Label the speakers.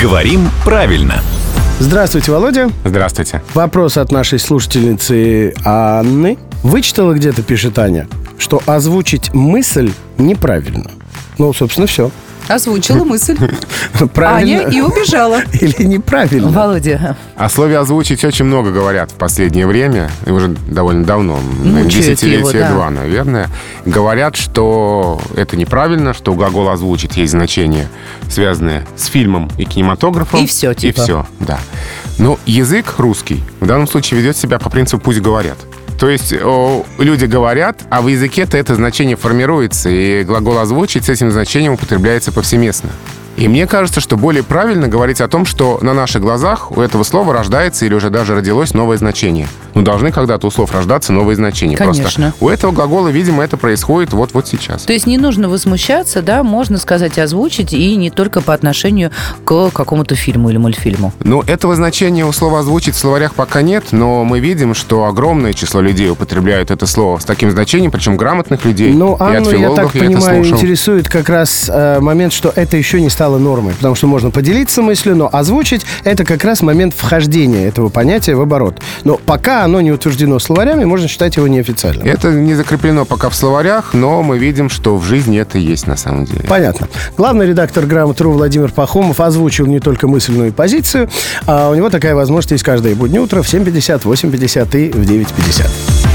Speaker 1: Говорим правильно.
Speaker 2: Здравствуйте, Володя.
Speaker 3: Здравствуйте.
Speaker 2: Вопрос от нашей слушательницы Анны. Вычитала где-то, пишет Аня, что озвучить мысль неправильно. Ну, собственно, все.
Speaker 4: Озвучила мысль. Аня и
Speaker 2: Правильно
Speaker 4: убежала.
Speaker 2: или неправильно?
Speaker 4: Володя,
Speaker 3: О слове озвучить очень много говорят в последнее время, и уже довольно давно, наверное,
Speaker 4: Мучают
Speaker 3: десятилетия
Speaker 4: Ну, его, да.
Speaker 3: два, наверное. Говорят, что это неправильно, что глагол озвучить есть значение, связанное с фильмом и кинематографом.
Speaker 4: И всё, типа.
Speaker 3: И все, да. Но язык русский в данном случае ведет себя по принципу «пусть говорят». То есть э, о, люди говорят, а в языке-то это значение формируется, и глагол «озвучить» с этим значением употребляется повсеместно. И мне кажется, что более правильно говорить о том, что на наших глазах у этого слова рождается или уже даже родилось новое значение. Ну, должны когда-то у слов рождаться новые значения.
Speaker 4: Конечно.
Speaker 3: Просто у этого глагола, видимо, это происходит вот-вот сейчас.
Speaker 5: То есть не нужно возмущаться, да, можно сказать, озвучить, и не только по отношению к какому-то фильму или мультфильму.
Speaker 3: Ну, этого значения у слова «озвучить» в словарях пока нет, но мы видим, что огромное число людей употребляют это слово с таким значением, причем грамотных людей.
Speaker 2: Ну,
Speaker 3: и от
Speaker 2: Анну, я так
Speaker 3: филологов я,
Speaker 2: понимаю,
Speaker 3: это слушал.
Speaker 2: интересует как раз э, момент, что это еще не стало нормой. Потому что можно поделиться мыслью, но озвучить — это как раз момент вхождения этого понятия в оборот. Но пока оно не утверждено словарями, можно считать его неофициальным.
Speaker 3: Это не закреплено пока в словарях, но мы видим, что в жизни это есть на самом деле.
Speaker 2: Понятно. Главный редактор «Грамотру» Владимир Пахомов озвучил не только мысленную позицию, а у него такая возможность есть каждое буднее утро в 7.50, 8.50 и в 9.50.